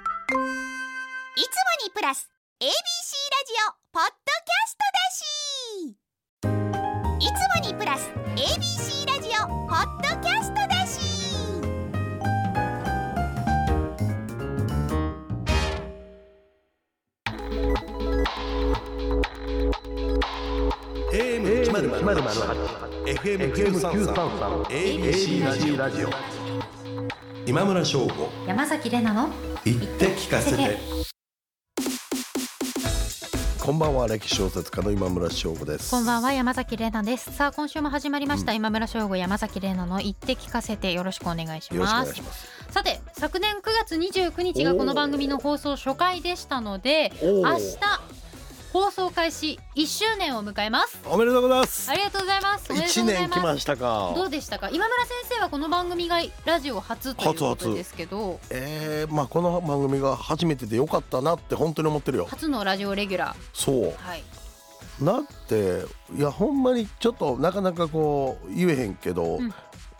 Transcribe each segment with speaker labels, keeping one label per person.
Speaker 1: いつもにプラス ABC ラジオポッドキャストだしいつもにプラス ABC ラジオポッドキャストだし
Speaker 2: 1 0 0 FM 九三三 ABC ラジオ今村翔吾
Speaker 3: 山崎れなの
Speaker 2: 言って聞かせて こんばんは歴史小説家の今村翔吾です
Speaker 3: こんばんは山崎れなですさあ今週も始まりました、今村翔吾山崎れなの言って聞かせてよろしくお願いし
Speaker 2: よろしくお
Speaker 3: ま
Speaker 2: 願い
Speaker 3: す
Speaker 2: します
Speaker 3: さて昨年9月29日がこの番組の放送初回でしたので
Speaker 2: おー
Speaker 3: 明日放送開始1周年を迎えます
Speaker 2: おめでとうございます
Speaker 3: ありがとうございますおめでと
Speaker 2: 一
Speaker 3: うござい
Speaker 2: 年来
Speaker 3: ます
Speaker 2: ました
Speaker 3: どう
Speaker 2: か
Speaker 3: でしたか今村先生はこの番組がラジオ初ということ
Speaker 2: 初
Speaker 3: ですけど
Speaker 2: えー、まあこの番組が初めてでよかったなって本当に思ってるよ
Speaker 3: 初のラジオレギュラ
Speaker 2: そ
Speaker 3: ーはいう
Speaker 2: なっていやほんまにちょっとなかなかこう言えへんけど、
Speaker 3: うん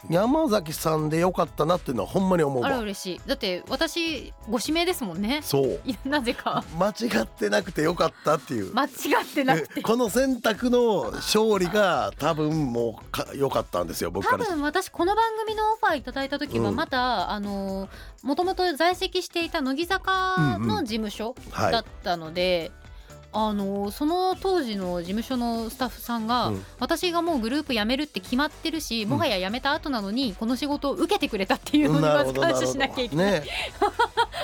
Speaker 2: 山崎さんでよかったなっていうのはほんまに思う
Speaker 3: あら
Speaker 2: わ
Speaker 3: 嬉しいだって私ご指名ですもんね
Speaker 2: そう
Speaker 3: いやなぜか
Speaker 2: 間違ってなくてよかったっていう
Speaker 3: 間違ってなくて
Speaker 2: この選択の勝利が多分もうか良かったんですよ僕
Speaker 3: 多
Speaker 2: からして
Speaker 3: 分私この番組のオファーいただいた時は
Speaker 2: うん
Speaker 3: また、あのもともと在籍していた乃木坂の事務所
Speaker 2: はい
Speaker 3: だったので、あのその当時の事務所のスタッフさんが、
Speaker 2: うん
Speaker 3: 私がもうグループ辞めるって決まってるしもはや辞めた後なのにこの仕事を受けてくれたっていうのにまず感謝しなきゃいけない。
Speaker 2: ね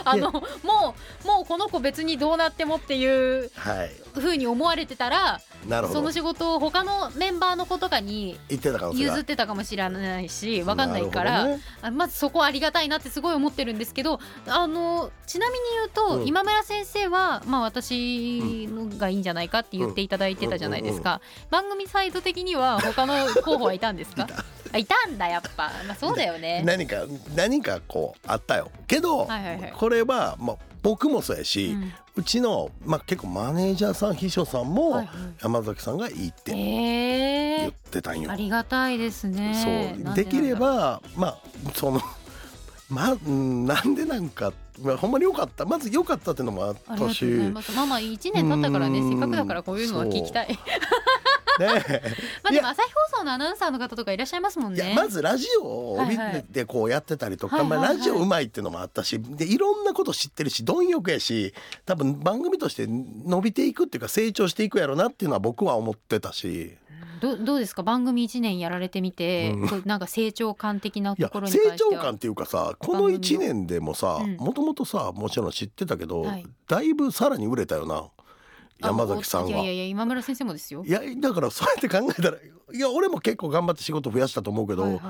Speaker 3: あのもうもうこの子別にどうなってもっていう
Speaker 2: はい
Speaker 3: 風に思われてたら
Speaker 2: なるほ
Speaker 3: その
Speaker 2: ど
Speaker 3: 仕事を他のメンバーの子とかに
Speaker 2: 言ってた可能性が
Speaker 3: 譲ってたかもしれないし分かんないから、
Speaker 2: るほどね
Speaker 3: あまずそこはありがたいなってすごい思ってるんですけどあのちなみに言う
Speaker 2: う
Speaker 3: と、
Speaker 2: ん
Speaker 3: 今村先生は、まあ、私のがいいんじゃないかって言っていただいてたじゃないですか、番組サイド的には他の候補はいた んですかあいたんだやっぱ、まあ、そうだよね。
Speaker 2: 何か何かこうあったよけど、
Speaker 3: はいはいはい
Speaker 2: これは、まあ、僕もそうや
Speaker 3: う
Speaker 2: し、
Speaker 3: ん
Speaker 2: うちの、まあ、結構マネージャーさん秘書さんも、
Speaker 3: はいはい
Speaker 2: 山崎さんがいいって
Speaker 3: え
Speaker 2: 言ってたんよ
Speaker 3: ー、あ。りがたいですね。
Speaker 2: そう
Speaker 3: な
Speaker 2: で
Speaker 3: んなんだろ
Speaker 2: きればまあその まあうんなんでなんか、まあ、ほんまに良かったまず良かったっていうのもあっ
Speaker 3: ありがとう
Speaker 2: た
Speaker 3: ご
Speaker 2: し
Speaker 3: ざいます。まあまあ一年経ったからね
Speaker 2: うーん
Speaker 3: せっかくだからこういうのは聞きたい。
Speaker 2: ね
Speaker 3: まあ
Speaker 2: い
Speaker 3: で
Speaker 2: や
Speaker 3: も朝日放送のアナウンサーの方とかいらっしゃいますもん
Speaker 2: いや
Speaker 3: ね。
Speaker 2: まずラジオを
Speaker 3: はい
Speaker 2: 見
Speaker 3: はい
Speaker 2: てこうやってたりとか、
Speaker 3: はいはいはい
Speaker 2: まあ、ラジオうまいっていうのもあったしでいろんなこと知ってるし貪欲やし多分番組として伸びていくっていうか成長していくやろなっていうのは僕は思ってたし
Speaker 3: どどうですか番組一年やられてみて、
Speaker 2: うん
Speaker 3: こうなんか成長感的ないと
Speaker 2: や
Speaker 3: ころに
Speaker 2: 成
Speaker 3: 関しては
Speaker 2: 長感っていうかさこの1年でもさ
Speaker 3: うん
Speaker 2: もともとさもちろん知ってたけど、
Speaker 3: はい
Speaker 2: だいぶさらに売れたよな
Speaker 3: あ
Speaker 2: 山崎さん
Speaker 3: い
Speaker 2: は
Speaker 3: やいや。いや今村先生もですよ
Speaker 2: いやだからそうやって考えたらいや俺も結構頑張って仕事増やしたと思うけど、
Speaker 3: はいはい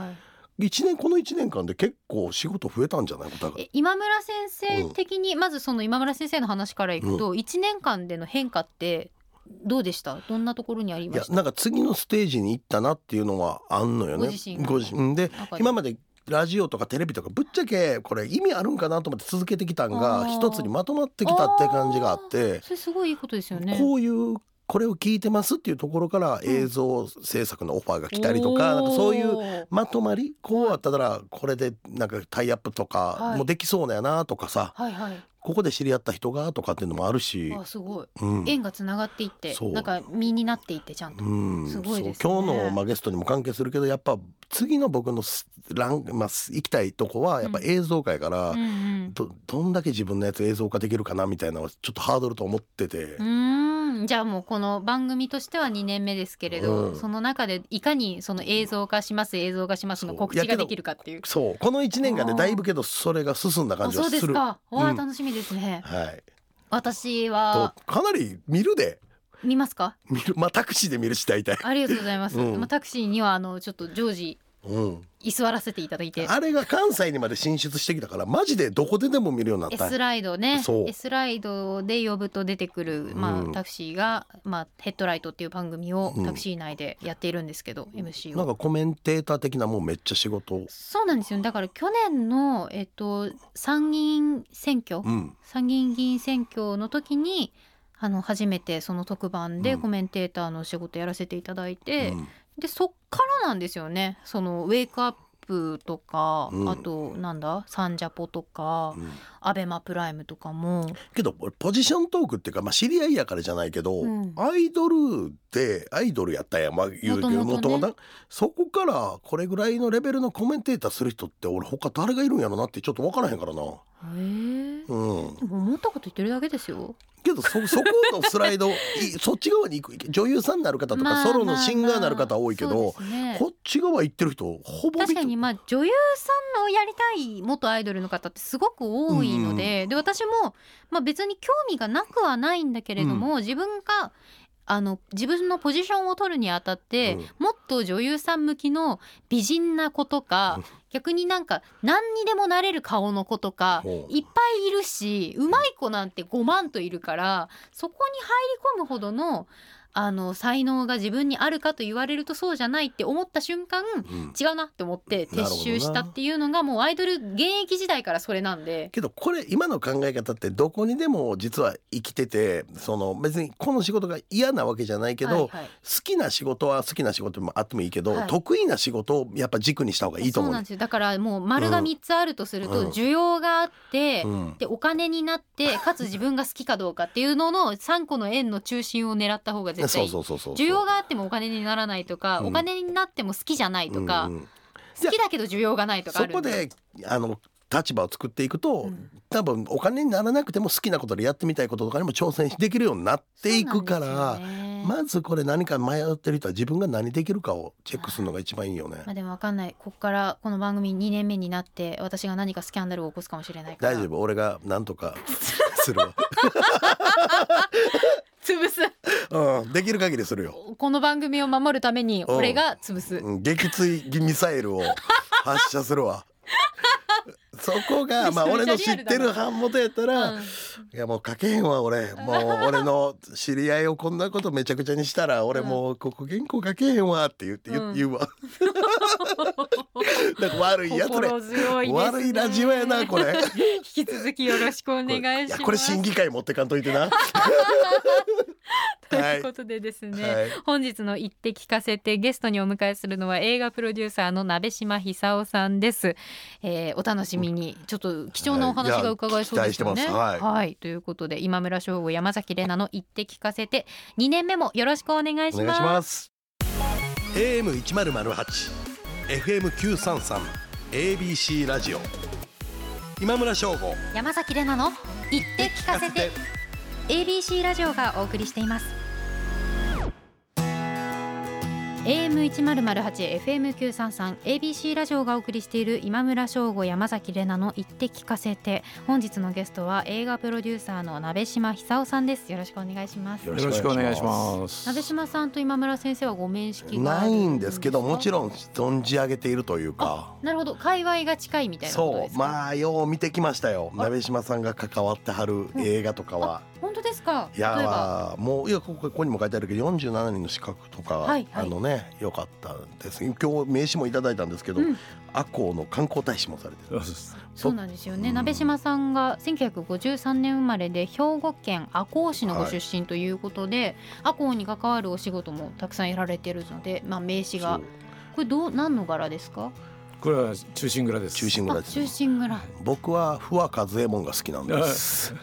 Speaker 2: 一年この1年間で結構仕事増えたんじゃないのだから
Speaker 3: え今村先生的に、まずその今村先生の話からいくと、一年間での変化ってどうでしたどんなところにあり
Speaker 2: い
Speaker 3: ま
Speaker 2: や
Speaker 3: した
Speaker 2: なんか次のステージに行ったなっていうのはあんのよね
Speaker 3: ご自身が
Speaker 2: 自身で
Speaker 3: なんか
Speaker 2: 今までラジオとかテレビとかぶっちゃけこれ意味あるんかなと思って続けてきたん
Speaker 3: あ
Speaker 2: が
Speaker 3: ー
Speaker 2: 一つにまとまってきたって感じがあって
Speaker 3: それすごいいいことですよね
Speaker 2: こういうこれを聞いてますっていうところから
Speaker 3: うん
Speaker 2: 映像制作のオファーが来たりとか,、なんかそういう
Speaker 3: う
Speaker 2: まとまりこうあったらこれでなんかタイアップとか
Speaker 3: はい
Speaker 2: もできそうだよなとかさ、
Speaker 3: はいはい
Speaker 2: ここで知り合った人がとかっていうのもあるし、
Speaker 3: あすごい
Speaker 2: うん
Speaker 3: 縁がつながっていって
Speaker 2: そう
Speaker 3: なんか身になっていってちゃんと、
Speaker 2: うん
Speaker 3: すごいですね
Speaker 2: そう今日の、まあ、ゲストにも関係するけどやっぱ次の僕のスラン、まあ、す行きたいとこはやっぱ
Speaker 3: うん
Speaker 2: 映像界から、
Speaker 3: うんうん
Speaker 2: どどんだけ自分のやつ映像化できるかなみたいなのはちょっとハードルと思ってて、
Speaker 3: うーんじゃあもうこの番組としては2年目ですけれど、
Speaker 2: うん
Speaker 3: その中でいかにその映像化します映像化しますの告
Speaker 2: そう
Speaker 3: 知
Speaker 2: いやけ
Speaker 3: が
Speaker 2: ど
Speaker 3: できるかっていう
Speaker 2: そうこの1年間でだいぶけどそれが進んだ感
Speaker 3: あ
Speaker 2: じ
Speaker 3: そ
Speaker 2: は
Speaker 3: うですす
Speaker 2: る。
Speaker 3: かわあ
Speaker 2: うん
Speaker 3: 楽しみですね、
Speaker 2: はい、
Speaker 3: 私
Speaker 2: と
Speaker 3: は
Speaker 2: かなり見るで
Speaker 3: 見ますか
Speaker 2: 見るまあタクシーで見るし大体、
Speaker 3: ありがとうございます、
Speaker 2: うん
Speaker 3: まあ、タクシーにはあのちょっと常時
Speaker 2: うん、
Speaker 3: 居座らせていただいて
Speaker 2: あれが関西にまで進出してきたからマジでどこででも見るようになった
Speaker 3: S ライドね
Speaker 2: そう
Speaker 3: S ライドで呼ぶと出てくる、ま
Speaker 2: うん
Speaker 3: あ、タクシーが、まあ、ヘッドライトっていう番組を
Speaker 2: うん
Speaker 3: タクシー内でやっているんですけど、MC
Speaker 2: な
Speaker 3: を
Speaker 2: ん。かコメンテーター的なもんめっちゃ仕事
Speaker 3: そうなんですよだから去年の、えっと、参議院選挙、
Speaker 2: うん
Speaker 3: 参議院議員選挙の時にあの初めてその特番で
Speaker 2: うん
Speaker 3: コメンテーターの仕事やらせていただいて、
Speaker 2: うん
Speaker 3: でそっからなんですよねそのウェイクアップとか、
Speaker 2: うん
Speaker 3: あとなんだサンジャポとか、
Speaker 2: うん
Speaker 3: アベマプライムとかも
Speaker 2: けど俺ポジショントークっていうか、まあ、知り合いやからじゃないけど、
Speaker 3: うん
Speaker 2: アイドルでアイドルやったんやまあ言うけど
Speaker 3: 元々ね
Speaker 2: 々なそこからこれぐらいのレベルのコメンテーターする人って俺他誰がいるんやろなってちょっと分からへんからな。
Speaker 3: へえ
Speaker 2: うん、
Speaker 3: でも思ったこと言ってるだけですよ
Speaker 2: けどそ そこのスライドいそっち側に行く女優さんになる方とか、
Speaker 3: まあ
Speaker 2: ソロのシンガーになる方は多いけど、
Speaker 3: まあまあそうですね
Speaker 2: こっち側行ってる人ほぼ見て
Speaker 3: 確かにまあ女優さんのやりたい元アイドルの方ってすごく多いので、で私も、まあ、別に興味がなくはないんだけれども、自分があの自分のポジションを取るにあたって、
Speaker 2: うん
Speaker 3: もっと女優さん向きの美人な子とか
Speaker 2: うん
Speaker 3: 逆になんか何にでもなれる顔の子とか
Speaker 2: ほう
Speaker 3: いっぱいいるしうまい子なんて5万といるからそこに入り込むほどのあの才能が自分にあるかと言われるとそうじゃないって思った瞬間
Speaker 2: うん
Speaker 3: 違うなって思って撤収したっていうのがもうアイドル現役時代からそれなんで
Speaker 2: けどこれ今の考え方ってどこにでも実は生きててその別にこの仕事が嫌なわけじゃないけど、
Speaker 3: はい
Speaker 2: 好
Speaker 3: はい
Speaker 2: きな仕事は好きな仕事もあってもいいけど、
Speaker 3: はい
Speaker 2: 得意な仕事をやっぱ軸にした方がいいと
Speaker 3: そう
Speaker 2: 思う
Speaker 3: なん
Speaker 2: ね。
Speaker 3: ですよだからもう丸が3つあるとする
Speaker 2: うん
Speaker 3: と需要があって、
Speaker 2: うん
Speaker 3: でお金になってかつ自分が好きかどうかっていうのの3個の円の中心を狙った方が
Speaker 2: そ
Speaker 3: 絶対いうい
Speaker 2: そうそうそう
Speaker 3: 需要があってもお金にならないとか、
Speaker 2: うん
Speaker 3: お金になっても好きじゃないとか、
Speaker 2: うんうん
Speaker 3: 好きだけど需要がないとかあ
Speaker 2: そ
Speaker 3: る
Speaker 2: こ
Speaker 3: んで
Speaker 2: であの立場を作っていくと、
Speaker 3: うん
Speaker 2: 多分お金にならなくても好きなことでやってみたいこととかにも挑戦できるようになっていくか
Speaker 3: そう
Speaker 2: ら、
Speaker 3: なんですよね
Speaker 2: まずこれ何か迷ってる人は自分が何できるかをチェックするのが一番いいよね
Speaker 3: まあ、。でもわかんないこっからこの番組2年目になって私が何かスキャンダルを起こすかもしれないから
Speaker 2: 大丈夫俺がなんとかするわ
Speaker 3: 潰す
Speaker 2: うん、できる限りするよ。
Speaker 3: この番組を守るために俺が潰す、
Speaker 2: うん撃墜ミサイルを発射する わ。そこがまあ
Speaker 3: め
Speaker 2: 俺
Speaker 3: ちゃ
Speaker 2: の
Speaker 3: めち
Speaker 2: 知
Speaker 3: ゃ
Speaker 2: ってる版元やったら、
Speaker 3: うん
Speaker 2: いやもう書けへんわ 俺もう俺の知り合いをこんなことめちゃくちゃにしたら俺もうここ原稿書けへんわって言って言,、
Speaker 3: うん
Speaker 2: 言う わなんか悪いやつれ
Speaker 3: 心強いですね
Speaker 2: 悪いラジオやなこれ
Speaker 3: 引き続きよろしくお願いします
Speaker 2: やこれ審議会持ってかんといてな
Speaker 3: ということでですね、
Speaker 2: はい
Speaker 3: 本日の「言って聞かせて」ゲストにお迎えするのは映画プロデューサーの鍋島久夫さんです、えーお楽しみにちょっと貴重なお話が伺えそうですよ
Speaker 2: はいい
Speaker 3: ね、
Speaker 2: や期待してますは
Speaker 3: ということで今村翔吾山崎怜奈の「言って聞かせて」2年目もよろしくお願い
Speaker 2: お
Speaker 3: し
Speaker 2: 願い
Speaker 3: ま
Speaker 2: し
Speaker 3: す
Speaker 2: ます。AM 一0 0 8 FM 9 3 3 ABC ラジオ。今村翔吾。
Speaker 3: 山崎怜奈の「言って聞かせて」ABC ラジオがお送りしています AM1008 FM933 ABC ラジオがお送りしている今村翔吾山崎怜奈の言って聞かせて本日のゲストは映画プロデューサーの鍋島久夫さんですよろしくお願いします
Speaker 2: よ
Speaker 4: よろしくお願いします。
Speaker 3: 鍋島さんと今村先生はご面識があ
Speaker 2: な
Speaker 3: る
Speaker 2: いんですけど、もち
Speaker 3: ん
Speaker 2: ろん存じ上げているというか。
Speaker 3: なるほど界隈が近いみたいなこと
Speaker 2: そ
Speaker 3: です
Speaker 2: う、
Speaker 3: か
Speaker 2: まあ、よう見てきましたよ。鍋島さんが関わってはる映画とか は。
Speaker 3: 本当ですか
Speaker 2: い
Speaker 3: 例えば
Speaker 2: やーもういやここここにも書いてあるけど47人の資格とか、
Speaker 3: はいはい
Speaker 2: あのね良かったです今日名刺もいただいたんですけど、
Speaker 3: うん
Speaker 2: アコの観光大使もされてる
Speaker 3: そうなんですよね、
Speaker 2: うん
Speaker 3: 鍋島さんが1953年生まれで兵庫県赤穂市のご出身ということで、赤穂に関わるお仕事もたくさんやられてるので、まあ、名刺が
Speaker 2: そう
Speaker 3: これどう何の柄ですか
Speaker 4: これは中心蔵です。
Speaker 2: 中心蔵
Speaker 3: あ
Speaker 2: です
Speaker 3: 中心蔵
Speaker 2: 僕は不破和右衛門が好きなんです。っ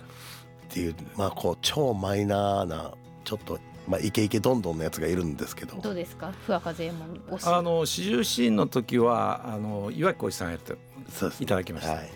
Speaker 2: ていうまあこう超マイナーなちょっとまあイケイケどんどんのやつがいるんですけど。
Speaker 3: どうですか不破和右衛門推し
Speaker 4: あの四十シーンの時はあの岩城浩一さんやって
Speaker 2: そうです
Speaker 4: いただきました
Speaker 2: はい。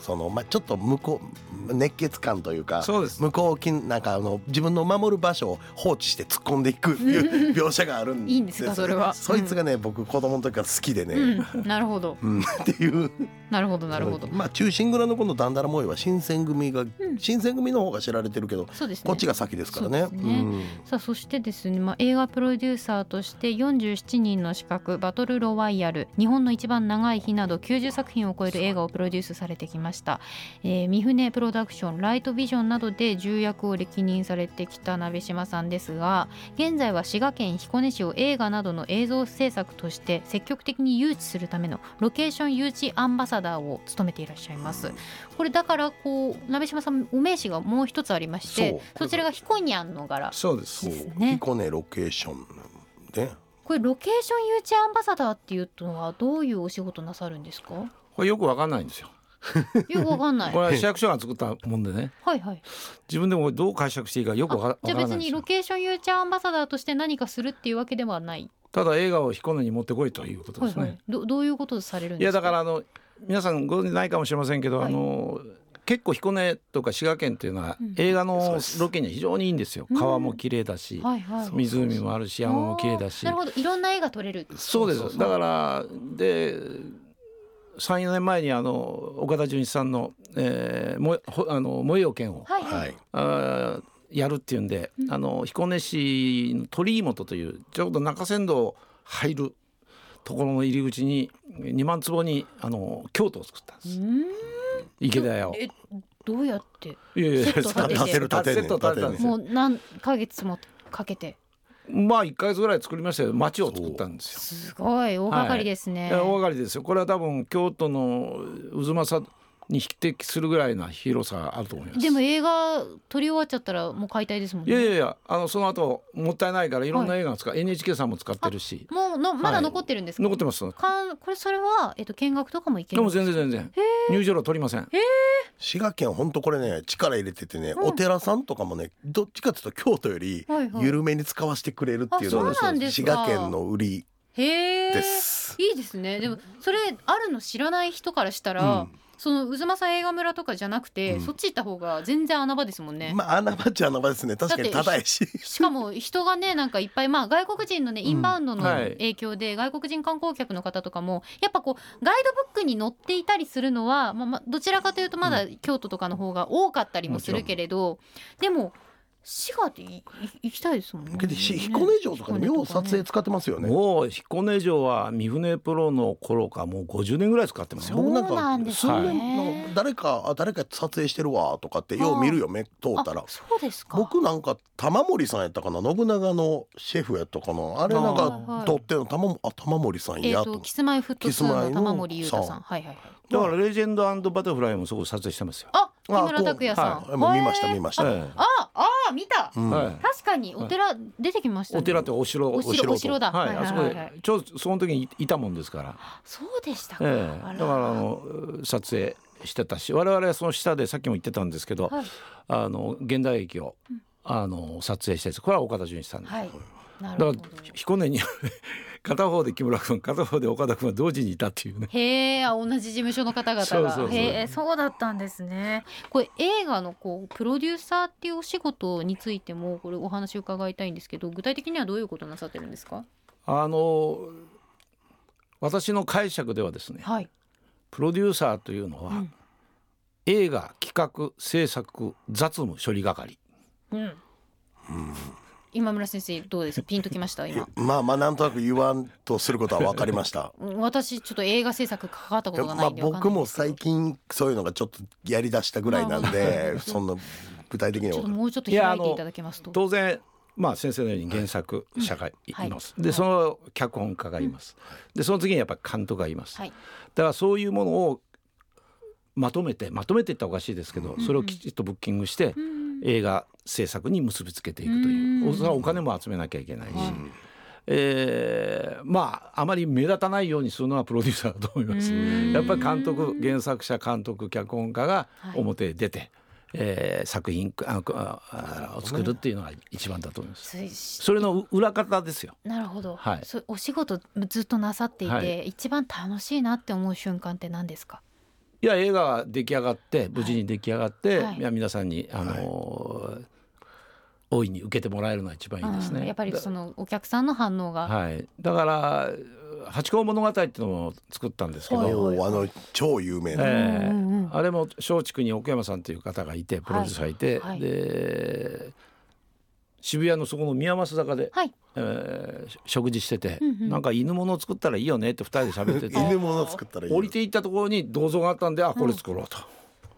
Speaker 2: そのまあちょっと向こう熱血感というか。
Speaker 4: そうです。
Speaker 2: 向こうきなんかあの自分の守る場所を放置して突っ込んでいくっていう描写があるんです
Speaker 3: いいんですかそれは
Speaker 2: そいつがね、僕子供の時から好きでね、
Speaker 3: うん、なるほど
Speaker 2: うん、っていう
Speaker 3: なるほどなるほど
Speaker 2: まあ中心蔵のこのダンダラ模様は新選組が、
Speaker 3: ん
Speaker 2: 新選組の方が知られてるけど
Speaker 3: そうですね
Speaker 2: こっちが先ですからね。
Speaker 3: そうですね
Speaker 2: うん
Speaker 3: さあそしてですね、まあ、映画プロデューサーとして47人の資格バトルロワイヤル日本の一番長い日など90作品を超える映画をプロデュースされてきました、えー、三船プロダクションライトビジョンなどで重役を歴任されてきた鍋島さんですが現在は滋賀県彦根市を映画などの映像制作として積極的に誘致するためのロケーション誘致アンバサダーを務めていらっしゃいますこれだからこう鍋島さんお名刺がもう一つありまして
Speaker 2: そう
Speaker 3: そちらがヒコニャンの柄
Speaker 4: そうです。
Speaker 3: です
Speaker 2: そう
Speaker 3: ね
Speaker 2: ピコネロケーションね
Speaker 3: これロケーション誘致アンバサダーっていうのはどういうお仕事なさるんです か
Speaker 4: これよくわかんないんですよ
Speaker 3: よくわかんない
Speaker 4: これは市役所が作ったもんでね
Speaker 3: はいはい
Speaker 4: 自分でもどう解釈していいかよくわかわ
Speaker 3: あじ
Speaker 4: か
Speaker 3: ゃあ
Speaker 4: ら
Speaker 3: 別
Speaker 4: ないんで
Speaker 3: に
Speaker 4: す
Speaker 3: ロ
Speaker 4: よ
Speaker 3: ケーション誘致アンバサダーとして何かするっていうわけではない、
Speaker 4: ただ映画を彦根に持ってこいということ
Speaker 3: は
Speaker 4: で
Speaker 3: い
Speaker 4: すね、
Speaker 3: はい、どどういうことをされるん
Speaker 4: い
Speaker 3: で
Speaker 4: や
Speaker 3: すか
Speaker 4: だからあの皆さんご存じないかもしれませんけど、
Speaker 3: はい
Speaker 4: あの結構彦根とか滋賀県っていうのは
Speaker 3: うん
Speaker 4: 映画
Speaker 2: そう
Speaker 4: の
Speaker 2: です
Speaker 4: ロケには非常にいいんですよ。
Speaker 3: うん
Speaker 4: 川も綺麗だし、
Speaker 3: はいはい
Speaker 4: 湖もあるし山も綺麗だし
Speaker 3: あーな。るほどいろんな絵が撮れる
Speaker 4: そうです。だ
Speaker 3: ら
Speaker 4: からで三四年前にあの岡田准一さんの、えー、もほあの燃えよ剣を、
Speaker 3: はいは
Speaker 2: はいい
Speaker 4: あーやるっていうんで、
Speaker 3: うん
Speaker 4: あの彦根市の鳥居本というちょうど中山道を入るところの入り口に2万坪にあの京都を作ったんで
Speaker 3: う
Speaker 4: す、
Speaker 3: ん
Speaker 4: 池田屋を。
Speaker 3: えどうやって
Speaker 4: いやいや
Speaker 3: セットを建てて
Speaker 4: セット建てて建てたんです
Speaker 3: も
Speaker 4: よ
Speaker 3: う何ヶ月もかけて
Speaker 4: まあ1か月ぐらい作りましたよ町を作ったんですよ。
Speaker 3: すごい大掛かりですね、
Speaker 4: いや大掛かりですよこれは多分京都の渦政に匹敵するぐらいな広さがあると思います。
Speaker 3: でも映画撮り終わっちゃったらもう解体ですもん
Speaker 4: い
Speaker 3: ね
Speaker 4: やいやいやあのその後もったいないからいろんな映画を使う、NHK さんも使ってるし
Speaker 3: もうのまだ
Speaker 4: はい
Speaker 3: 残ってるんですか、
Speaker 4: 残ってます
Speaker 3: かんこれそれは、えっと、見学とかも行け
Speaker 4: で
Speaker 3: る
Speaker 4: も全然全然入場料取りません
Speaker 2: 滋賀県は本当これね力入れててね、
Speaker 3: うん
Speaker 2: お寺さんとかもねどっちかというと京都より
Speaker 3: はいはい
Speaker 2: 緩めに使わせてくれるっていうの
Speaker 3: あそうなんですか
Speaker 2: 滋賀県の売り
Speaker 3: へえ
Speaker 2: です。
Speaker 3: いいですねでもそれあるの知らない人からした
Speaker 2: う
Speaker 3: ら、
Speaker 2: ん
Speaker 3: その渦政映画村とかじゃなくて、
Speaker 2: うん
Speaker 3: そっち行った方が全然穴場ですもんね、
Speaker 2: まあ穴場っちゃ穴場ですね確かに
Speaker 3: だって
Speaker 2: 高いし
Speaker 3: しかも人がねなんかいっぱいまあ外国人のねインバウンドの
Speaker 4: はい
Speaker 3: 影響で外国人観光客の方とかもやっぱこうガイドブックに載っていたりするのはまあまあどちらかというとまだ京都とかの方が多かったりもするけれどでも滋賀っていい行きたいですもんね。
Speaker 2: けどし彦根城とかで
Speaker 3: 彦根
Speaker 2: 妙撮影使ってますよね
Speaker 4: もう彦根城は三船プロの頃かもう50年ぐらい使ってますよ
Speaker 2: 僕なん
Speaker 3: そうなんで
Speaker 2: か
Speaker 3: す
Speaker 2: 数
Speaker 4: ね
Speaker 2: 年の誰かあ誰か撮影してるわとかってよう見るよ目通ったら
Speaker 3: あそうですか
Speaker 2: 僕なんか玉森さんやったかな信長のシェフやったかなあれなん
Speaker 4: あ
Speaker 2: か
Speaker 3: は
Speaker 4: ー
Speaker 3: いはい
Speaker 2: 撮ってるの玉あ玉森さん
Speaker 3: えっ、
Speaker 2: やと
Speaker 3: と
Speaker 2: 思って
Speaker 3: キスマイフットツーの玉森裕太
Speaker 2: キス
Speaker 3: さ
Speaker 2: マイ
Speaker 3: んはいはいはい
Speaker 4: だからレジェンドバタフライもそこ撮影してますよ
Speaker 3: あ木
Speaker 2: あ
Speaker 3: 村拓哉さ
Speaker 2: こ
Speaker 3: ん、
Speaker 2: うはいもう見ました
Speaker 3: へー
Speaker 2: 見ました
Speaker 4: ええ
Speaker 3: あああ見た、
Speaker 2: うん
Speaker 4: はい
Speaker 3: 確かにお寺出てきましたね
Speaker 4: お寺ってお城
Speaker 3: お城
Speaker 4: と
Speaker 3: お城だ
Speaker 4: は
Speaker 3: は
Speaker 4: い
Speaker 3: いはい
Speaker 4: あそこ
Speaker 3: はい
Speaker 4: でちょうどその時にいたもんですから
Speaker 3: そうでしたか、
Speaker 4: ええ
Speaker 3: あら
Speaker 4: だからあの撮影してたし我々はその下でさっきも言ってたんですけど
Speaker 3: はい
Speaker 4: あの現代劇をあの撮影してるんですこれは岡田准一さんで
Speaker 3: はい。なる
Speaker 4: だ
Speaker 3: ほ
Speaker 4: か
Speaker 3: ど。
Speaker 4: ら彦根に 片方で木村君片方で岡田君は同時にいたっていうね
Speaker 3: へえ、あ同じ事務所の方々が。
Speaker 4: そうそうそう
Speaker 3: へえ、そうだったんですね。これ映画のこうプロデューサーっていうお仕事についてもこれお話を伺いたいんですけど、具体的にはどういうことなさってるんですか。
Speaker 4: あの私の解釈ではですね
Speaker 3: はい。
Speaker 4: プロデューサーというのは、
Speaker 3: うん
Speaker 4: 映画企画制作雑務処理係
Speaker 3: うん。今村先生どうですピンときました今
Speaker 2: まあまあなんとなく言わんとすることは分かりま した。
Speaker 3: うん私ちょっと映画制作関わったことが
Speaker 2: ま
Speaker 3: な
Speaker 2: あ
Speaker 3: いんでわかん
Speaker 2: 僕
Speaker 3: ないんで
Speaker 2: も
Speaker 3: すけど
Speaker 2: 最近そういうのがちょっとやりだしたぐらいなん
Speaker 3: まあ
Speaker 2: で、そんな具体的に
Speaker 3: ちょっと
Speaker 2: は
Speaker 3: もうちょっと開いていただけますと
Speaker 4: 当然まあ先生のように原作者がい
Speaker 3: はい
Speaker 4: ます、
Speaker 3: は
Speaker 4: で
Speaker 3: い
Speaker 4: その脚本家がいます、でその次にやっぱり監督がいます、
Speaker 3: はい
Speaker 4: だからそういうものをまとめてまとめていったらおかしいですけど、
Speaker 3: ん
Speaker 4: それをきちっとブッキングして、
Speaker 3: うん
Speaker 4: 映画制作に結びつけていくという
Speaker 3: うん
Speaker 4: それはお金も集めなきゃいけないし、
Speaker 3: はい
Speaker 4: えーまああまり目立たないようにするのはプロデューサーだと思います。
Speaker 3: うん
Speaker 4: やっぱり監督原作者監督脚本家が表へ出て、えー作品あああを作るっていうのが一番だと思います。
Speaker 3: ついし
Speaker 4: それの裏方ですよ。
Speaker 3: なるほど、
Speaker 4: はい
Speaker 3: そお仕事ずっとなさっていて、
Speaker 4: はい
Speaker 3: 一番楽しいなって思う瞬間って何ですか
Speaker 4: いや映画が出来上がって無事に出来上がって、
Speaker 3: はい
Speaker 4: い、や皆さんにあのー大いに受けてもらえるのが一番いいですね。
Speaker 3: うんやっぱりそのお客さんの反応が、
Speaker 4: はい、だから「八甲物語」っていうのも作ったんですけど、
Speaker 3: はい
Speaker 2: もうあの超有名な。
Speaker 4: ええ
Speaker 3: うんうんうん
Speaker 4: あれも松竹に奥山さんという方がいてプロデューサーがいて、
Speaker 3: はい
Speaker 4: で渋谷のそこの宮益坂で、
Speaker 3: はい
Speaker 4: えーし食事してて、
Speaker 3: うんうん
Speaker 4: なんか犬物を作ったらいいよねって二人で喋って て
Speaker 2: 犬物を作ったらいいよ。
Speaker 4: 降りていったところに銅像があったんであこれ作ろうと。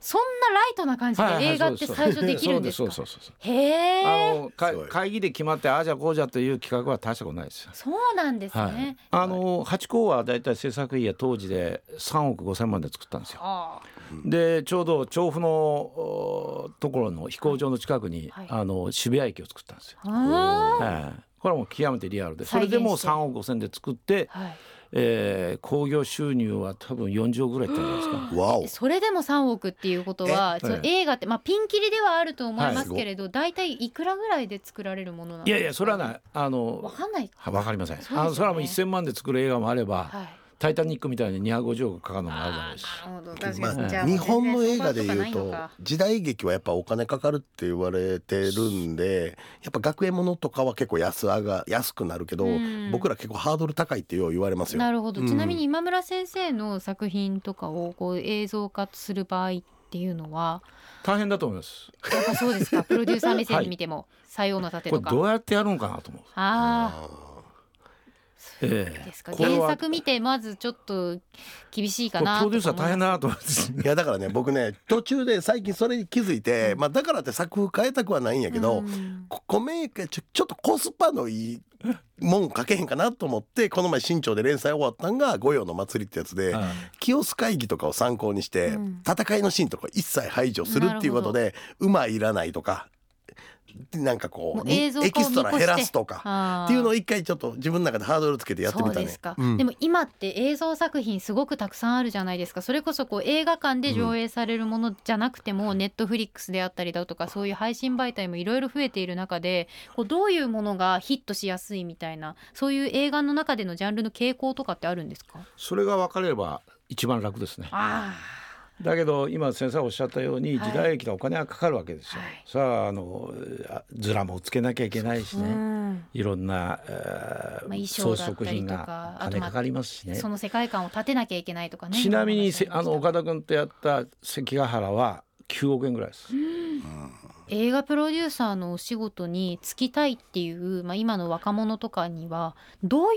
Speaker 3: そんなライトな感じで
Speaker 4: はいはい
Speaker 3: 映画って最初できるんですか、
Speaker 4: そうですそうですそうです
Speaker 3: へ
Speaker 4: あ
Speaker 3: え
Speaker 4: のか
Speaker 2: すごい
Speaker 4: 会議で決まってああじゃあこうじゃという企画は大したことないですよ。
Speaker 3: そうなんですね、
Speaker 4: はい、あの八甲はだいたい制作費が当時で3億5千万で作ったんですよ。
Speaker 3: あ
Speaker 4: でちょうど調布のおところの飛行場の近くに、
Speaker 3: はい
Speaker 4: あの渋谷駅を作ったんですよ。
Speaker 3: あああ
Speaker 4: ええこれはもう極めてリアルでそ
Speaker 3: 再
Speaker 4: れ
Speaker 3: 現
Speaker 4: でもう
Speaker 3: して
Speaker 4: 3億5千で作って、
Speaker 3: はい、
Speaker 4: えー興行収入は多分40億ぐらいいったんじゃないですか。
Speaker 2: わお
Speaker 3: それでも3億っていうことは、
Speaker 4: え
Speaker 3: その
Speaker 4: え
Speaker 3: 映画って、まあ、ピンキリではあると思いま
Speaker 2: はい
Speaker 3: すけれど、大体いくらぐらいで作られるものなん
Speaker 4: い
Speaker 3: ですか
Speaker 4: やいやそれはないあ
Speaker 3: わ
Speaker 4: の
Speaker 3: かんない、
Speaker 4: はわかりません。
Speaker 3: すよね
Speaker 4: あのそれはもう1000万で作る映画もあれば、
Speaker 3: はい、
Speaker 4: タイタニックみたいに250億かかるのもあるだろうし。
Speaker 3: なるほど確
Speaker 2: ま
Speaker 3: かにじゃ
Speaker 2: あ、
Speaker 3: あ
Speaker 2: 日本の映画で
Speaker 3: 全然
Speaker 2: いう
Speaker 3: そん
Speaker 2: と
Speaker 3: なこ
Speaker 2: 時代劇はやっぱお金かかるって言われてるんでやっぱ学園ものとかは結構安上が安くなるけど、
Speaker 3: うん
Speaker 2: 僕ら結構ハードル高いってよう言われます
Speaker 3: と
Speaker 2: よ。
Speaker 3: なるほど、
Speaker 2: うん
Speaker 3: ちなみに今村先生の作品とかをこう映像化する場合っていうのは
Speaker 4: 大変だと思います。
Speaker 3: やっぱそうですかプロデューサー目線で見ても採用の盾
Speaker 4: ことれ
Speaker 3: か、
Speaker 4: どうやってやるのかなと思う。
Speaker 3: ああ
Speaker 4: ええ
Speaker 3: ですか
Speaker 4: これ
Speaker 3: 原
Speaker 4: は
Speaker 3: 作見てまずちょっと厳しい
Speaker 4: こ
Speaker 3: か
Speaker 4: れ
Speaker 3: な
Speaker 4: プロデューサー
Speaker 3: とか思
Speaker 4: 大
Speaker 3: いま
Speaker 4: 変
Speaker 3: す
Speaker 4: だなと思います。
Speaker 2: いやだからね僕ね途中で最近それに気づいて、まあ、だからって作風変えたくはないんやけど、
Speaker 3: うん
Speaker 2: こ米かちょちょっとコスパのいいもんかけへんかなと思ってこの前新潮で連載終わったんが「御用の祭り」ってやつで、
Speaker 4: はい
Speaker 2: 清須会議とかを参考にして、
Speaker 3: うん
Speaker 2: 戦いのシーンとか一切排除するっていうことで馬いらないとかなんかこ
Speaker 3: も
Speaker 2: う
Speaker 3: う
Speaker 2: に
Speaker 3: 映像化を
Speaker 2: エキストラ
Speaker 3: 見越
Speaker 2: 減
Speaker 3: して
Speaker 2: らすとか
Speaker 3: あー
Speaker 2: っていうのを一回ちょっと自分の中でハードルつけてやってみた
Speaker 3: そう
Speaker 2: ね。
Speaker 3: ですか、
Speaker 2: うん
Speaker 3: でも今って映像作品すごくたくさんあるじゃないですかそれこそこう映画館で上映されるものじゃなくても、ネットフリックスであったりだとかそういう配信媒体もいろいろ増えている中でこうどういうものがヒットしやすいみたいなそういう映画の中でのジャンルの傾向とかってあるんですか
Speaker 4: それが分かれば一番楽ですね。
Speaker 3: あ
Speaker 4: だけど今先生がおっしゃったように
Speaker 3: はい
Speaker 4: 時代劇のお金はかかるわけですよ。
Speaker 3: はい
Speaker 4: さああのあズラもつけなきゃいけないし
Speaker 3: あ、う
Speaker 4: ね。
Speaker 3: ん
Speaker 4: いろんな、えー
Speaker 3: まあ衣装だったりとか
Speaker 4: 装飾品が
Speaker 3: あと
Speaker 4: 金
Speaker 3: まあ
Speaker 4: かかりますしね。
Speaker 3: その世界観を立てなきゃいけないとかね
Speaker 4: ちなみにせ
Speaker 3: 今
Speaker 4: あ
Speaker 3: 話
Speaker 4: の
Speaker 3: りました
Speaker 4: 岡田君とやった関ヶ原は9億円ぐらいです。
Speaker 3: 映画プロデューサーのお仕事に就きたいっていう、まあ、今の若者とかにはどういう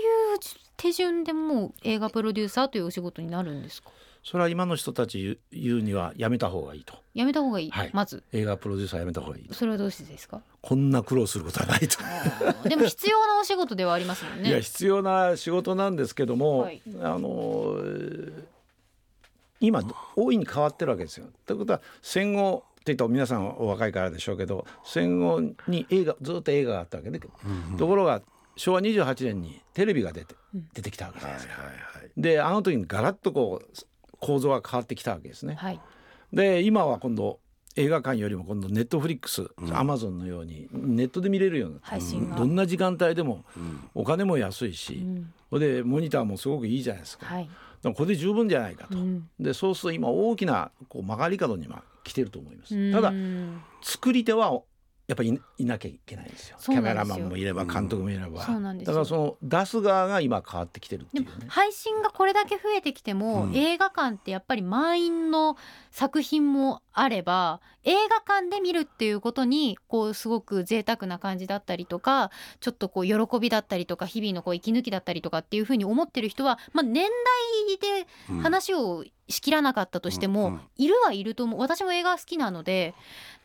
Speaker 3: 手順でもう映画プロデューサーというお仕事になるんですか
Speaker 4: それは今の人たち言う言うにはやめた方がいいと。
Speaker 3: やめた方がいい、
Speaker 4: はい
Speaker 3: まず
Speaker 4: 映画プロデューサーやめた方がいいと。
Speaker 3: それはどうしてですか
Speaker 4: こんな苦労することはないと。
Speaker 3: でも必要なお仕事ではありますもんね
Speaker 4: いや必要な仕事なんですけども、
Speaker 3: はい
Speaker 4: あのー今大いに変わってるわけですよ。ということは戦後って言うと皆さんお若いからでしょうけど戦後に映画ずっと映画があったわけで、ところが昭和28年にテレビが出て出てきたわけじゃ
Speaker 2: は
Speaker 4: ない
Speaker 2: い
Speaker 4: で
Speaker 2: はい
Speaker 4: すか。
Speaker 2: はい
Speaker 4: であの時にガラッとこう構造が変わってきたわけですね。
Speaker 3: はい
Speaker 4: で今は今度映画館よりも今度ネットフリックス、アマゾンのようにネットで見れるようになった
Speaker 3: 配信が、
Speaker 4: どんな時間帯でも
Speaker 2: ん
Speaker 4: お金も安いうし、
Speaker 3: ん
Speaker 4: それでモニターもすごくいいじゃないですか、
Speaker 3: はい
Speaker 4: でもこれで十分じゃないかと、
Speaker 3: うん
Speaker 4: でそうすると今大きなこう曲がり角に今来てると思います、
Speaker 3: うん
Speaker 4: ただ作り手はやっぱりいいなきゃいけないんですよ
Speaker 3: そうなん
Speaker 4: キ
Speaker 3: です
Speaker 4: ャ
Speaker 3: よ
Speaker 4: メラマンもいれば監督もいれば、
Speaker 3: そうなんですよ
Speaker 4: だからその出す側が今変わってきてるって
Speaker 3: で
Speaker 4: い
Speaker 3: も
Speaker 4: うね
Speaker 3: 配信がこれだけ増えてきても、
Speaker 2: うん
Speaker 3: 映画館ってやっぱり満員の作品もあれば映画館で見るっていうことにこうすごく贅沢な感じだったりとかちょっとこう喜びだったりとか日々のこう息抜きだったりとかっていうふうに思ってる人は、まあ、年代で
Speaker 2: うん
Speaker 3: 話をしきらなかったとしても、
Speaker 2: うんうん
Speaker 3: いるはいると思う私も映画好きなので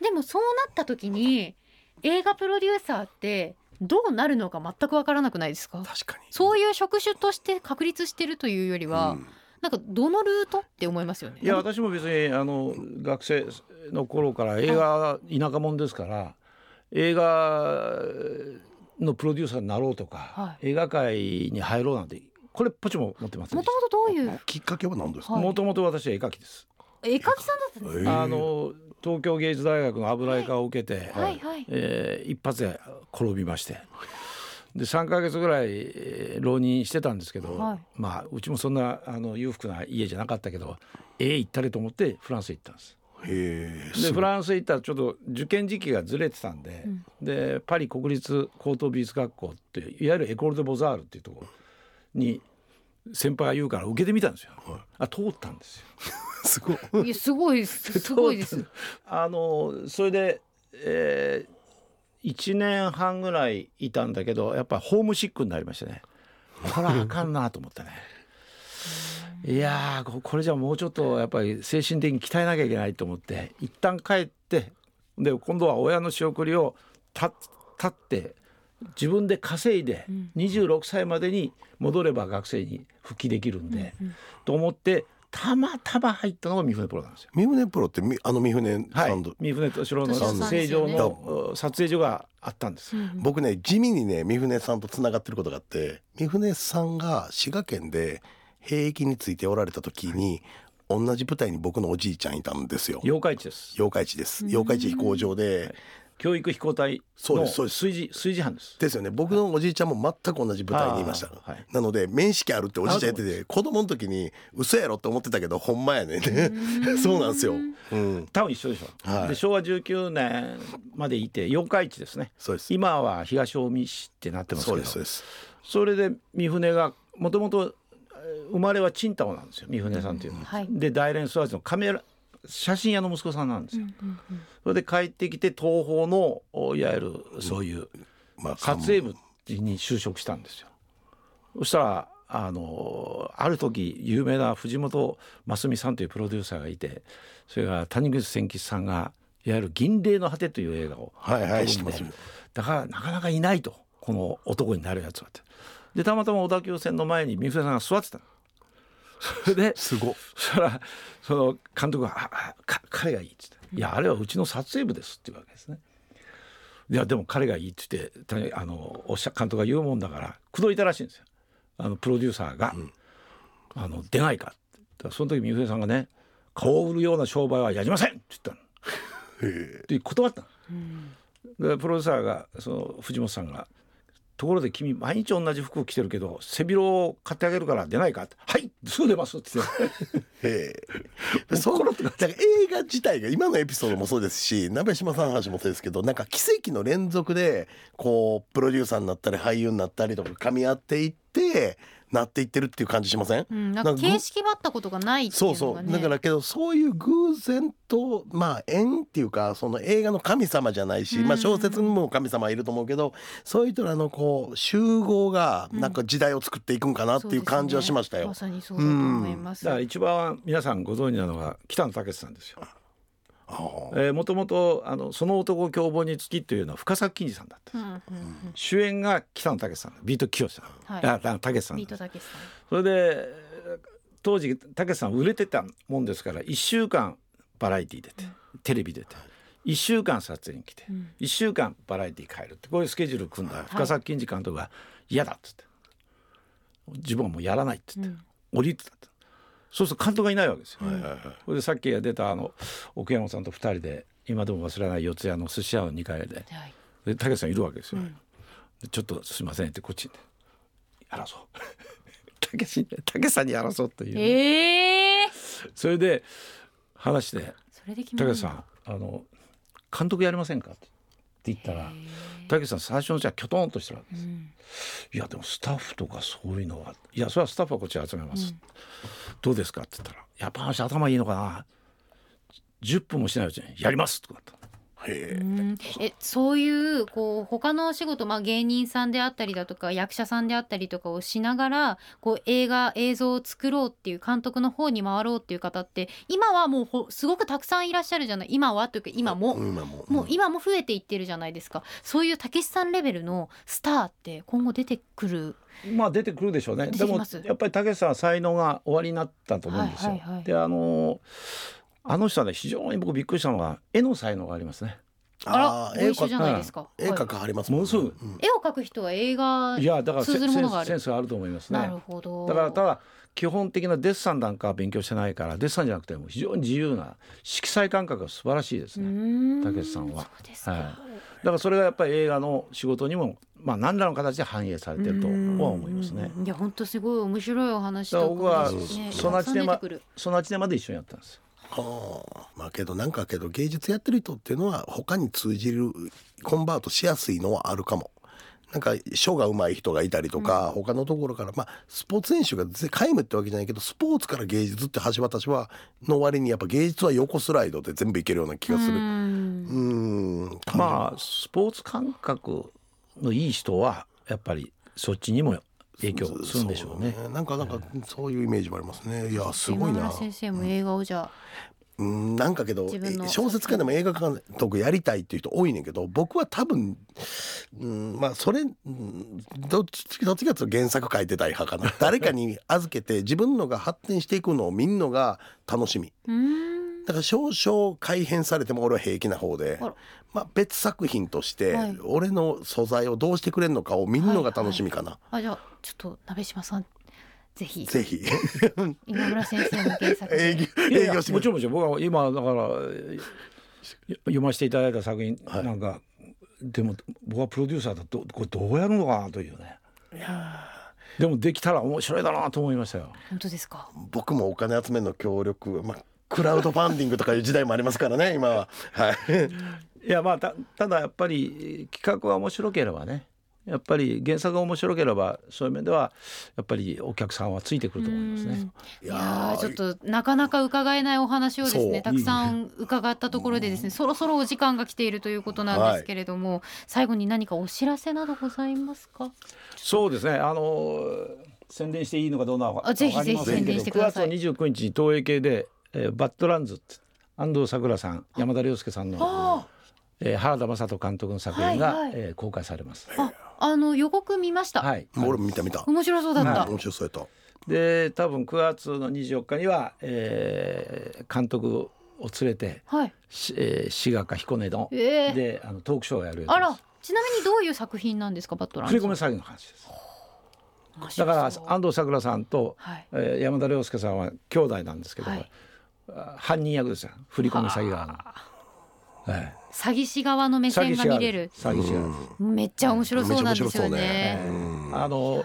Speaker 3: でもそうなった時に映画プロデューサーってどうなるのか全く分からなくないですか
Speaker 2: 確かに
Speaker 3: そういう職種として確立してるというよりは、
Speaker 2: うん
Speaker 3: なんかどのルートって思いますよね。
Speaker 4: いや私も別にあの学生の頃から映画田舎者ですから映画のプロデューサーになろうとか、
Speaker 3: は
Speaker 4: 映画界に入ろうなんてこれっぽっちも持ってません
Speaker 3: も
Speaker 4: でし
Speaker 3: ともとどういう
Speaker 2: きっかけは何ですか、
Speaker 3: はい
Speaker 4: もともと私は絵描きです、
Speaker 3: 絵描きさんだったんです
Speaker 2: えー
Speaker 4: あの東京芸術大学の油絵科を受けて、
Speaker 3: はいはいはい
Speaker 4: えー一発で転びましてで3ヶ月ぐらいえー浪人してたんですけど、
Speaker 3: はい
Speaker 4: まあうちもそんなあの裕福な家じゃなかったけど絵行ったりと思ってフランス行ったんです。
Speaker 2: へ
Speaker 4: でフランス行ったらちょっと受験時期がずれてたんで、でパリ国立高等美術学校っていういわゆるエコール・ド・ボザールっていうところに先輩が言うから受けてみたんですよ。あ通ったんですよ。
Speaker 2: えすごい
Speaker 3: いやすごい ですすごいで
Speaker 4: 通っ
Speaker 3: す。
Speaker 4: た。あのそれで、えー、1年半ぐらいいたんだけどやっぱホームシックになりましてねこれはあかんなと思ってね。いやーここれじゃもうちょっとやっぱり精神的に鍛えなきゃいけないと思って一旦帰ってで今度は親の仕送りを立立って自分で稼いで26歳までに戻れば学生に復帰できるんで、と思ってたまたま入ったのが三船プロなんですよ。
Speaker 2: 三船プロってみあの三船
Speaker 4: は
Speaker 2: サ
Speaker 4: い
Speaker 2: ンド、、
Speaker 4: 三船敏郎の
Speaker 3: 敏
Speaker 2: 郎さん
Speaker 4: 成
Speaker 3: ですよ
Speaker 4: 城
Speaker 3: ね
Speaker 4: の撮影所があったんです。
Speaker 3: うん
Speaker 2: 僕ね地味にね三船さんとつながってることがあって三船さんが滋賀県で兵役についておられた時に、同じ舞台に僕のおじいちゃんいたんですよ。
Speaker 4: 八日市です。
Speaker 2: 八日市です八日市飛行場で、
Speaker 4: はい教育飛行隊
Speaker 2: そう
Speaker 4: の
Speaker 2: ですそうです
Speaker 4: 炊事炊事班です。
Speaker 2: ですよね僕のおじいちゃんも全く同じ舞台にいました、
Speaker 4: あーはい
Speaker 2: なので面識あるっておじいちゃんやってて子供の時に嘘やろって思ってたけどほんまやねんね そうなんですよ、うん、
Speaker 4: 多分一緒でしょ、
Speaker 2: はい
Speaker 4: で昭和19年までいて四日市ですね
Speaker 2: そうです
Speaker 4: 今は東近江市ってなってますけ
Speaker 2: そ
Speaker 4: ど
Speaker 2: うですそうです
Speaker 4: それで三船がもともと生まれは青島なんですよ三船さんっていうのは、
Speaker 3: はい
Speaker 4: で大連育ちのカメラ写真屋の息子さんなんですよ、
Speaker 3: うんうん
Speaker 4: それで帰ってきて東宝のおいわゆるそういう
Speaker 2: まあ
Speaker 4: 撮影部に就職したんですよそしたらあのある時有名な藤本真澄さんというプロデューサーがいてそれが谷口千吉さんがいわゆる「銀霊の果て」という映画を
Speaker 2: はいはい
Speaker 4: 撮
Speaker 2: 知って
Speaker 4: るん
Speaker 2: ま
Speaker 4: ですだからなかなかいないとこの男になるやつはってでたまたま小田急線の前に三船さんが座ってたのそれです
Speaker 2: ごっ
Speaker 4: そしたらその監督がああ「か彼がいい」っつって「いやあれはうちの撮影部です」っていうわけですね。いやでも彼がいいって言ってたあのおっしゃ監督が言うもんだから口説いたらしいんですよあのプロデューサーが「あの出ないか」ってだからその時三船さんがね「顔を売るような商売はやりません!」って言ったの。で断ったの。でプロデューサーがその藤本さんが「ところで君毎日同じ服を着てるけど背広を買ってあげるから出ないか?」って「はいすぐ出ます」って言って。
Speaker 2: ええ、そこだから映画自体が今のエピソードもそうですし鍋島さんの話もそうですけどなんか奇跡の連続でこうプロデューサーになったり俳優になったりとか噛み合っていってなっていってるっていう感じしません
Speaker 3: うん、なんか
Speaker 2: なんかぐ
Speaker 3: 形式ばったことがないってい
Speaker 2: そうう
Speaker 3: の
Speaker 2: そ
Speaker 3: が
Speaker 2: う
Speaker 3: ね。
Speaker 2: だからけどそういう偶然とまあ縁っていうかその映画の神様じゃないし、
Speaker 3: うん
Speaker 2: まあ、小説にも神様いると思うけどそういう人らのこう集合がなんか時代を作っていくんかなっていう感じはしましたよ。
Speaker 3: そうですねまさにそうだと思います。
Speaker 4: だから一番皆さんご存知なのが北野武さんですよ。
Speaker 2: ああ
Speaker 4: えー、もともとあのその男凶暴につきというのは深作欣二さんだった。
Speaker 3: うんうんうん
Speaker 4: 主演が北野武さん、ビート清さん、
Speaker 3: はい
Speaker 4: ああ武さん
Speaker 3: ビー
Speaker 4: で
Speaker 3: ト
Speaker 4: す。
Speaker 3: たけしさん。
Speaker 4: それでえー当時武さん売れてたもんですから1週間バラエティー出て、テレビ出て1週間撮影に来て、
Speaker 3: うん
Speaker 4: 1週間バラエティー変えるってこういうスケジュール組んだら深作欣二監督が嫌だっつって自分はもうやらないっつって、降りてたってそうすると監督がいないわけですよ。それでさっき出たあの奥山さんと2人で今でも忘れない四谷の寿司屋の2階で
Speaker 3: はい。
Speaker 4: で武さんいるわけですよ。でちょっとすいませんってこっちに争う。 武志に武さんに争うという、
Speaker 3: ええー。
Speaker 4: それで話して
Speaker 3: それで決
Speaker 4: 「
Speaker 3: める
Speaker 4: 武
Speaker 3: だ
Speaker 4: さんあの監督やりませんか?」って言ったら武さん最初のじゃきょとんとしてるわけです。
Speaker 3: ん
Speaker 4: いやでもスタッフとかそういうのはいやそれはスタッフはこっちで集めます、どうですかって言ったらやっぱ話頭いいのかな10分もしないうちにやりますとかって
Speaker 2: へえ
Speaker 3: うんえそういうこう他のお仕事、まあ、芸人さんであったりだとか役者さんであったりとかをしながらこう映画映像を作ろうっていう監督の方に回ろうっていう方って今はもうほすごくたくさんいらっしゃるじゃない今はというか今も、
Speaker 2: 今も
Speaker 3: もう今も増えていってるじゃないですかそういうたけしさんレベルのスターって今後出てくる
Speaker 4: まあ出てくるでしょうね
Speaker 3: 出
Speaker 4: で
Speaker 3: てき
Speaker 4: も
Speaker 3: ます
Speaker 4: やっぱり武さんは才能が終わりになったと思うんですよ、
Speaker 3: はいはいはい
Speaker 4: であのあの人はね非常に僕びっくりしたのが絵の才能がありますね
Speaker 3: あ
Speaker 2: あ
Speaker 3: ら
Speaker 2: ー
Speaker 3: ご
Speaker 2: 絵
Speaker 3: 一緒じゃ
Speaker 2: か
Speaker 3: ないですか、
Speaker 2: 絵
Speaker 3: はい
Speaker 2: 描かはります
Speaker 4: ものすごい
Speaker 2: うん
Speaker 3: 絵を描く人は映画
Speaker 4: いやだからセ
Speaker 3: 通ずるものがある
Speaker 4: センスがあると思いますね
Speaker 3: なるほど
Speaker 4: だからただ基本的なデッサンなんかは勉強してないからデッサンじゃなくても非常に自由な色彩感覚が素晴らしいですね、
Speaker 3: た
Speaker 4: たけしさんは
Speaker 3: そうですか、
Speaker 4: はいだからそれがやっぱり映画の仕事にもまあ何らの形で反映されてるとは思いますね。
Speaker 3: うんいや本当すごい面白いお話と
Speaker 4: だから僕は
Speaker 3: ね
Speaker 4: その
Speaker 3: たくさん出てくる
Speaker 4: そのあちでまで一緒にやったんですよ。
Speaker 2: はあまあけどなんかけど芸術やってる人っていうのは他に通じるコンバートしやすいのはあるかも。なんか書が上手い人がいたりとか、他のところからまあスポーツ選手がぜ皆無ってわけじゃないけどスポーツから芸術って橋渡しはの割にやっぱ芸術は横スライドで全部いけるような気がする。
Speaker 3: う
Speaker 2: うんーん
Speaker 4: まあスポーツ感覚のいい人はやっぱりそっちにも影響するんでしょうね。
Speaker 2: そなんかなんかそういうイメージもありますね。いやすごい
Speaker 3: 今
Speaker 2: な
Speaker 3: 村。先生も映画をじゃあ
Speaker 2: うんなんかけど
Speaker 3: 自分の
Speaker 2: え小説家でも映画監督やりたいっていう人多いねんけど僕は多分うんまあそれうんどっちどっちかというと原作書いてたい派か な誰かに預けて自分のが発展していくのを見んのが楽しみ
Speaker 3: うーん
Speaker 2: だから少々改変されても俺は平気な方で
Speaker 3: あら、
Speaker 2: まあ、別作品として
Speaker 3: はい
Speaker 2: 俺の素材をどうしてくれるのかを見んのが楽しみかな、
Speaker 3: あじゃあちょっと鍋島さんぜひ
Speaker 2: ぜひ
Speaker 3: 今村先生の原作
Speaker 2: 営
Speaker 3: で
Speaker 2: 業
Speaker 4: いやい
Speaker 2: 営業
Speaker 4: やも
Speaker 2: し
Speaker 4: ち
Speaker 2: てくれ
Speaker 4: ろんもちろん僕は今だからよ読ませていただいた作品
Speaker 2: はい
Speaker 4: なんか、でも僕はプロデューサーだとこれどうやるのかなというねでもできたら面白いだなと思いましたよ
Speaker 3: 本当ですか
Speaker 2: 僕もお金集めの協力、まあ、クラウドファンディングとかいう時代もありますからね今は。はい
Speaker 4: いやまあたただやっぱり企画は面白ければねやっぱり原作が面白ければそういう面ではやっぱりお客さんはついてくると思います
Speaker 3: うー
Speaker 4: ね
Speaker 3: ん。いやーちょっとなかなか伺えないお話をです
Speaker 2: そ
Speaker 3: ね
Speaker 2: う
Speaker 3: たくさん伺ったところでですねそろそろお時間が来ているということなんですけれども、最後に何かお知らせなどございますか
Speaker 4: そうですね。あの宣伝していいのかどうなのか
Speaker 3: あぜひ
Speaker 4: わかりません
Speaker 3: ぜ
Speaker 4: けど
Speaker 3: ひ宣伝してください
Speaker 4: 9月29日に東映系で、えーバッドランズって安藤サクラさん、山田涼介さんの、えー原田雅人監督の作品が、
Speaker 3: はいはい
Speaker 4: えー公開されます。
Speaker 3: ああの予告見ました、
Speaker 4: はい。
Speaker 2: もう俺も見た見た。
Speaker 3: 面白そうだった、
Speaker 2: 面白そうやっ
Speaker 4: で、多分9月の24日には、えー監督を連れて、
Speaker 3: はい
Speaker 4: しえー滋賀か彦根の、
Speaker 3: ええ
Speaker 4: であのトークショーをやる予定
Speaker 3: あ
Speaker 4: です
Speaker 3: らちなみにどういう作品なんですかバットラン
Speaker 4: 振
Speaker 3: ズ
Speaker 4: り込め詐欺の話です。
Speaker 3: 面白
Speaker 4: だ
Speaker 3: そう
Speaker 4: から安藤サクラさんと、
Speaker 3: はい
Speaker 4: えー山田涼介さんは兄弟なんですけど、
Speaker 3: はい
Speaker 4: あ犯人役ですよ振り込み詐欺側の、え
Speaker 3: 詐欺師側の
Speaker 4: え
Speaker 3: 目線が
Speaker 4: 詐欺師
Speaker 3: 見
Speaker 4: 側
Speaker 3: れる
Speaker 4: です詐欺師側です
Speaker 3: めっちゃ面白そうなんですよね
Speaker 2: めっちゃ面白そうね
Speaker 4: ええあの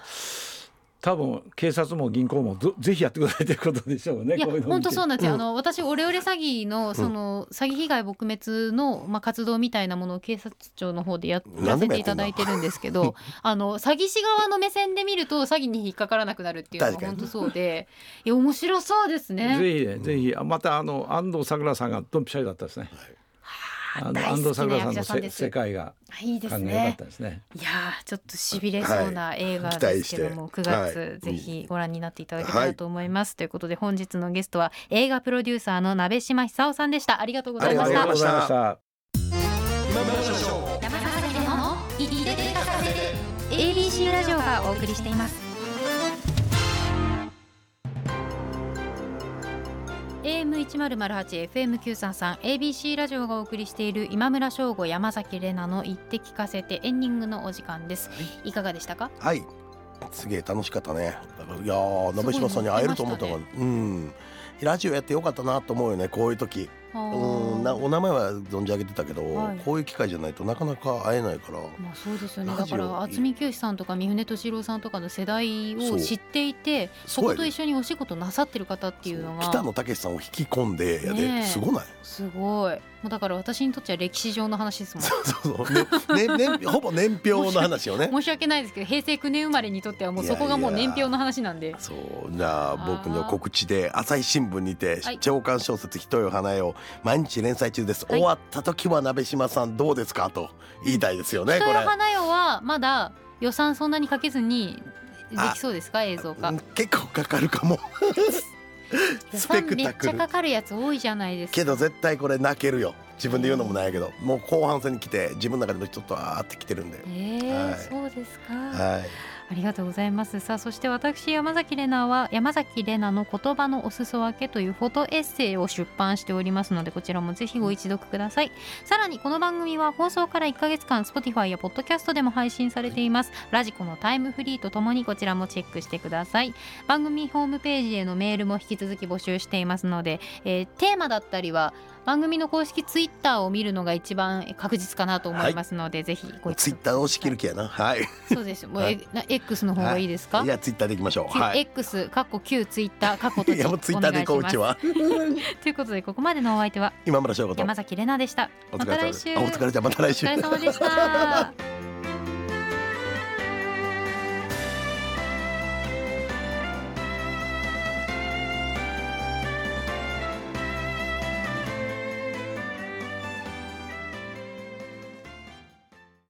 Speaker 4: 多分警察も銀行もどぜひやってくださいということでしょうね
Speaker 3: いや
Speaker 4: こういうのを
Speaker 3: 本
Speaker 4: 見て
Speaker 3: 当そうなんですよ、あの私オレオレ詐欺のその詐欺被害撲滅の、まあ、活動みたいなものを警察庁の方でやら
Speaker 2: 何
Speaker 3: せ
Speaker 2: でもや
Speaker 3: てい
Speaker 2: って
Speaker 3: た
Speaker 2: んな
Speaker 3: だいてるんですけどあの詐欺師側の目線で見ると詐欺に引っかからなくなるっていうのが
Speaker 2: 確か
Speaker 3: 本
Speaker 2: に
Speaker 3: 当そうでいや面白そうですね。
Speaker 4: ぜひねぜひあまたあの安藤サクラさんがドンピシャリだったですね、あの
Speaker 3: 大好きな
Speaker 4: 安藤サクラさ
Speaker 3: 役
Speaker 4: ん
Speaker 3: 者
Speaker 4: の
Speaker 3: さんで
Speaker 4: せ
Speaker 3: す
Speaker 4: 世界が
Speaker 3: あいいです
Speaker 4: 感が良かっ
Speaker 3: ね
Speaker 4: たですね
Speaker 3: いやーちょっとしびれそうな映画ですけども、
Speaker 2: はい
Speaker 3: 9
Speaker 2: 期待して
Speaker 3: 月、
Speaker 2: はい
Speaker 3: ぜひご覧になっていただけたらと思います、ということで本日のゲストは映画プロデューサーの鍋島久夫さんでしたありがとうございま
Speaker 2: あ
Speaker 3: し
Speaker 2: りが
Speaker 3: た
Speaker 2: とうございました
Speaker 4: た
Speaker 1: 山田さんのいいでかさせて
Speaker 3: ABC ラジオがお送りしています。AM 一ゼロゼ八、FM 九三三、ABC ラジオがお送りしている今村翔吾、山崎れなの言って聞かせてエンディングのお時間です。いかがでしたか？
Speaker 2: た。はい。すげえ楽しかったね。いやー、鍋島さんに会えると思ったのが、うん。ラジオやってよかったなと思うよね、こういう時。
Speaker 3: う
Speaker 2: うん、な、お名前は存じ上げてたけど、
Speaker 3: はい
Speaker 2: こういう機会じゃないとなかなか会えないから。
Speaker 3: まあそうですよね。
Speaker 2: ラ
Speaker 3: だ
Speaker 2: ジ
Speaker 3: か
Speaker 2: オ
Speaker 3: ら渥美清さんとか三船敏郎さんとかの世代
Speaker 2: そ
Speaker 3: を
Speaker 2: う
Speaker 3: 知っていて、
Speaker 2: そ
Speaker 3: そ
Speaker 2: うや
Speaker 3: こ
Speaker 2: で
Speaker 3: と一緒にお仕事なさってる方っていうのが
Speaker 2: 北野武さんを引き込んで、や
Speaker 3: ねえ
Speaker 2: で、すごない。
Speaker 3: すごい。もうだから私にとっては歴史上の話ですもん。
Speaker 2: そうそう、ね、ね、ね、ほぼ年表の話をね。
Speaker 3: 申し訳ないですけど平成9年生まれにとってはもうそこがもう年表の話なんで
Speaker 2: そうじゃ
Speaker 3: あ
Speaker 2: あ
Speaker 3: ー
Speaker 2: 僕の告知で朝日新聞にて
Speaker 3: はい
Speaker 2: 長官小説「ひとよ花よ」毎日連載中です、
Speaker 3: はい
Speaker 2: 終わった時は鍋島さんどうですかと言いたいですよね
Speaker 3: 人
Speaker 2: こ
Speaker 3: よ
Speaker 2: れ。
Speaker 3: 花よはまだ予算そんなにかけずにできそうですか映像化
Speaker 2: うん結構かかるかも
Speaker 3: 予
Speaker 2: スペ
Speaker 3: 算
Speaker 2: ク
Speaker 3: めっ
Speaker 2: タク
Speaker 3: ちゃ
Speaker 2: ル
Speaker 3: かかるやつ多いじゃないですか
Speaker 2: けど絶対これ泣けるよ自分で言うのもないけどもう後半戦に来て自分の中でもちょっとあーってきてるんで
Speaker 3: え、ー
Speaker 2: はい
Speaker 3: そうですか、
Speaker 2: はい、
Speaker 3: ありがとうございますさあそして私山崎怜奈は山崎怜奈の言葉のお裾分けというフォトエッセイを出版しておりますのでこちらもぜひご一読くださいさらにこの番組は放送から1ヶ月間 Spotify や Podcast でも配信されていますラジコのタイムフリーとともにこちらもチェックしてください番組ホームページへのメールも引き続き募集していますので、えーテーマだったりは番組の公式 Twitter を見るのが一番確実かなと思いますので、ぜひご一読くださ
Speaker 2: ツ
Speaker 3: い
Speaker 2: イッター押し切る気やなはいい
Speaker 3: そうです。もう、
Speaker 2: は
Speaker 3: え
Speaker 2: い
Speaker 3: な X の方がいいですか？
Speaker 2: やツイッターでいきましょう
Speaker 3: Q
Speaker 2: はい
Speaker 3: X かっこ Q ツイッタ ーかっこ
Speaker 2: いやもうツイッターでいこううちは
Speaker 3: ということでここまでのお相手は
Speaker 2: 今村翔吾と
Speaker 3: 山崎れなでした。
Speaker 2: お
Speaker 3: ま
Speaker 2: 疲れ
Speaker 3: た
Speaker 2: 様
Speaker 3: 来
Speaker 2: です
Speaker 3: 週。
Speaker 2: あお疲れ様また来週
Speaker 3: お疲れ様でした。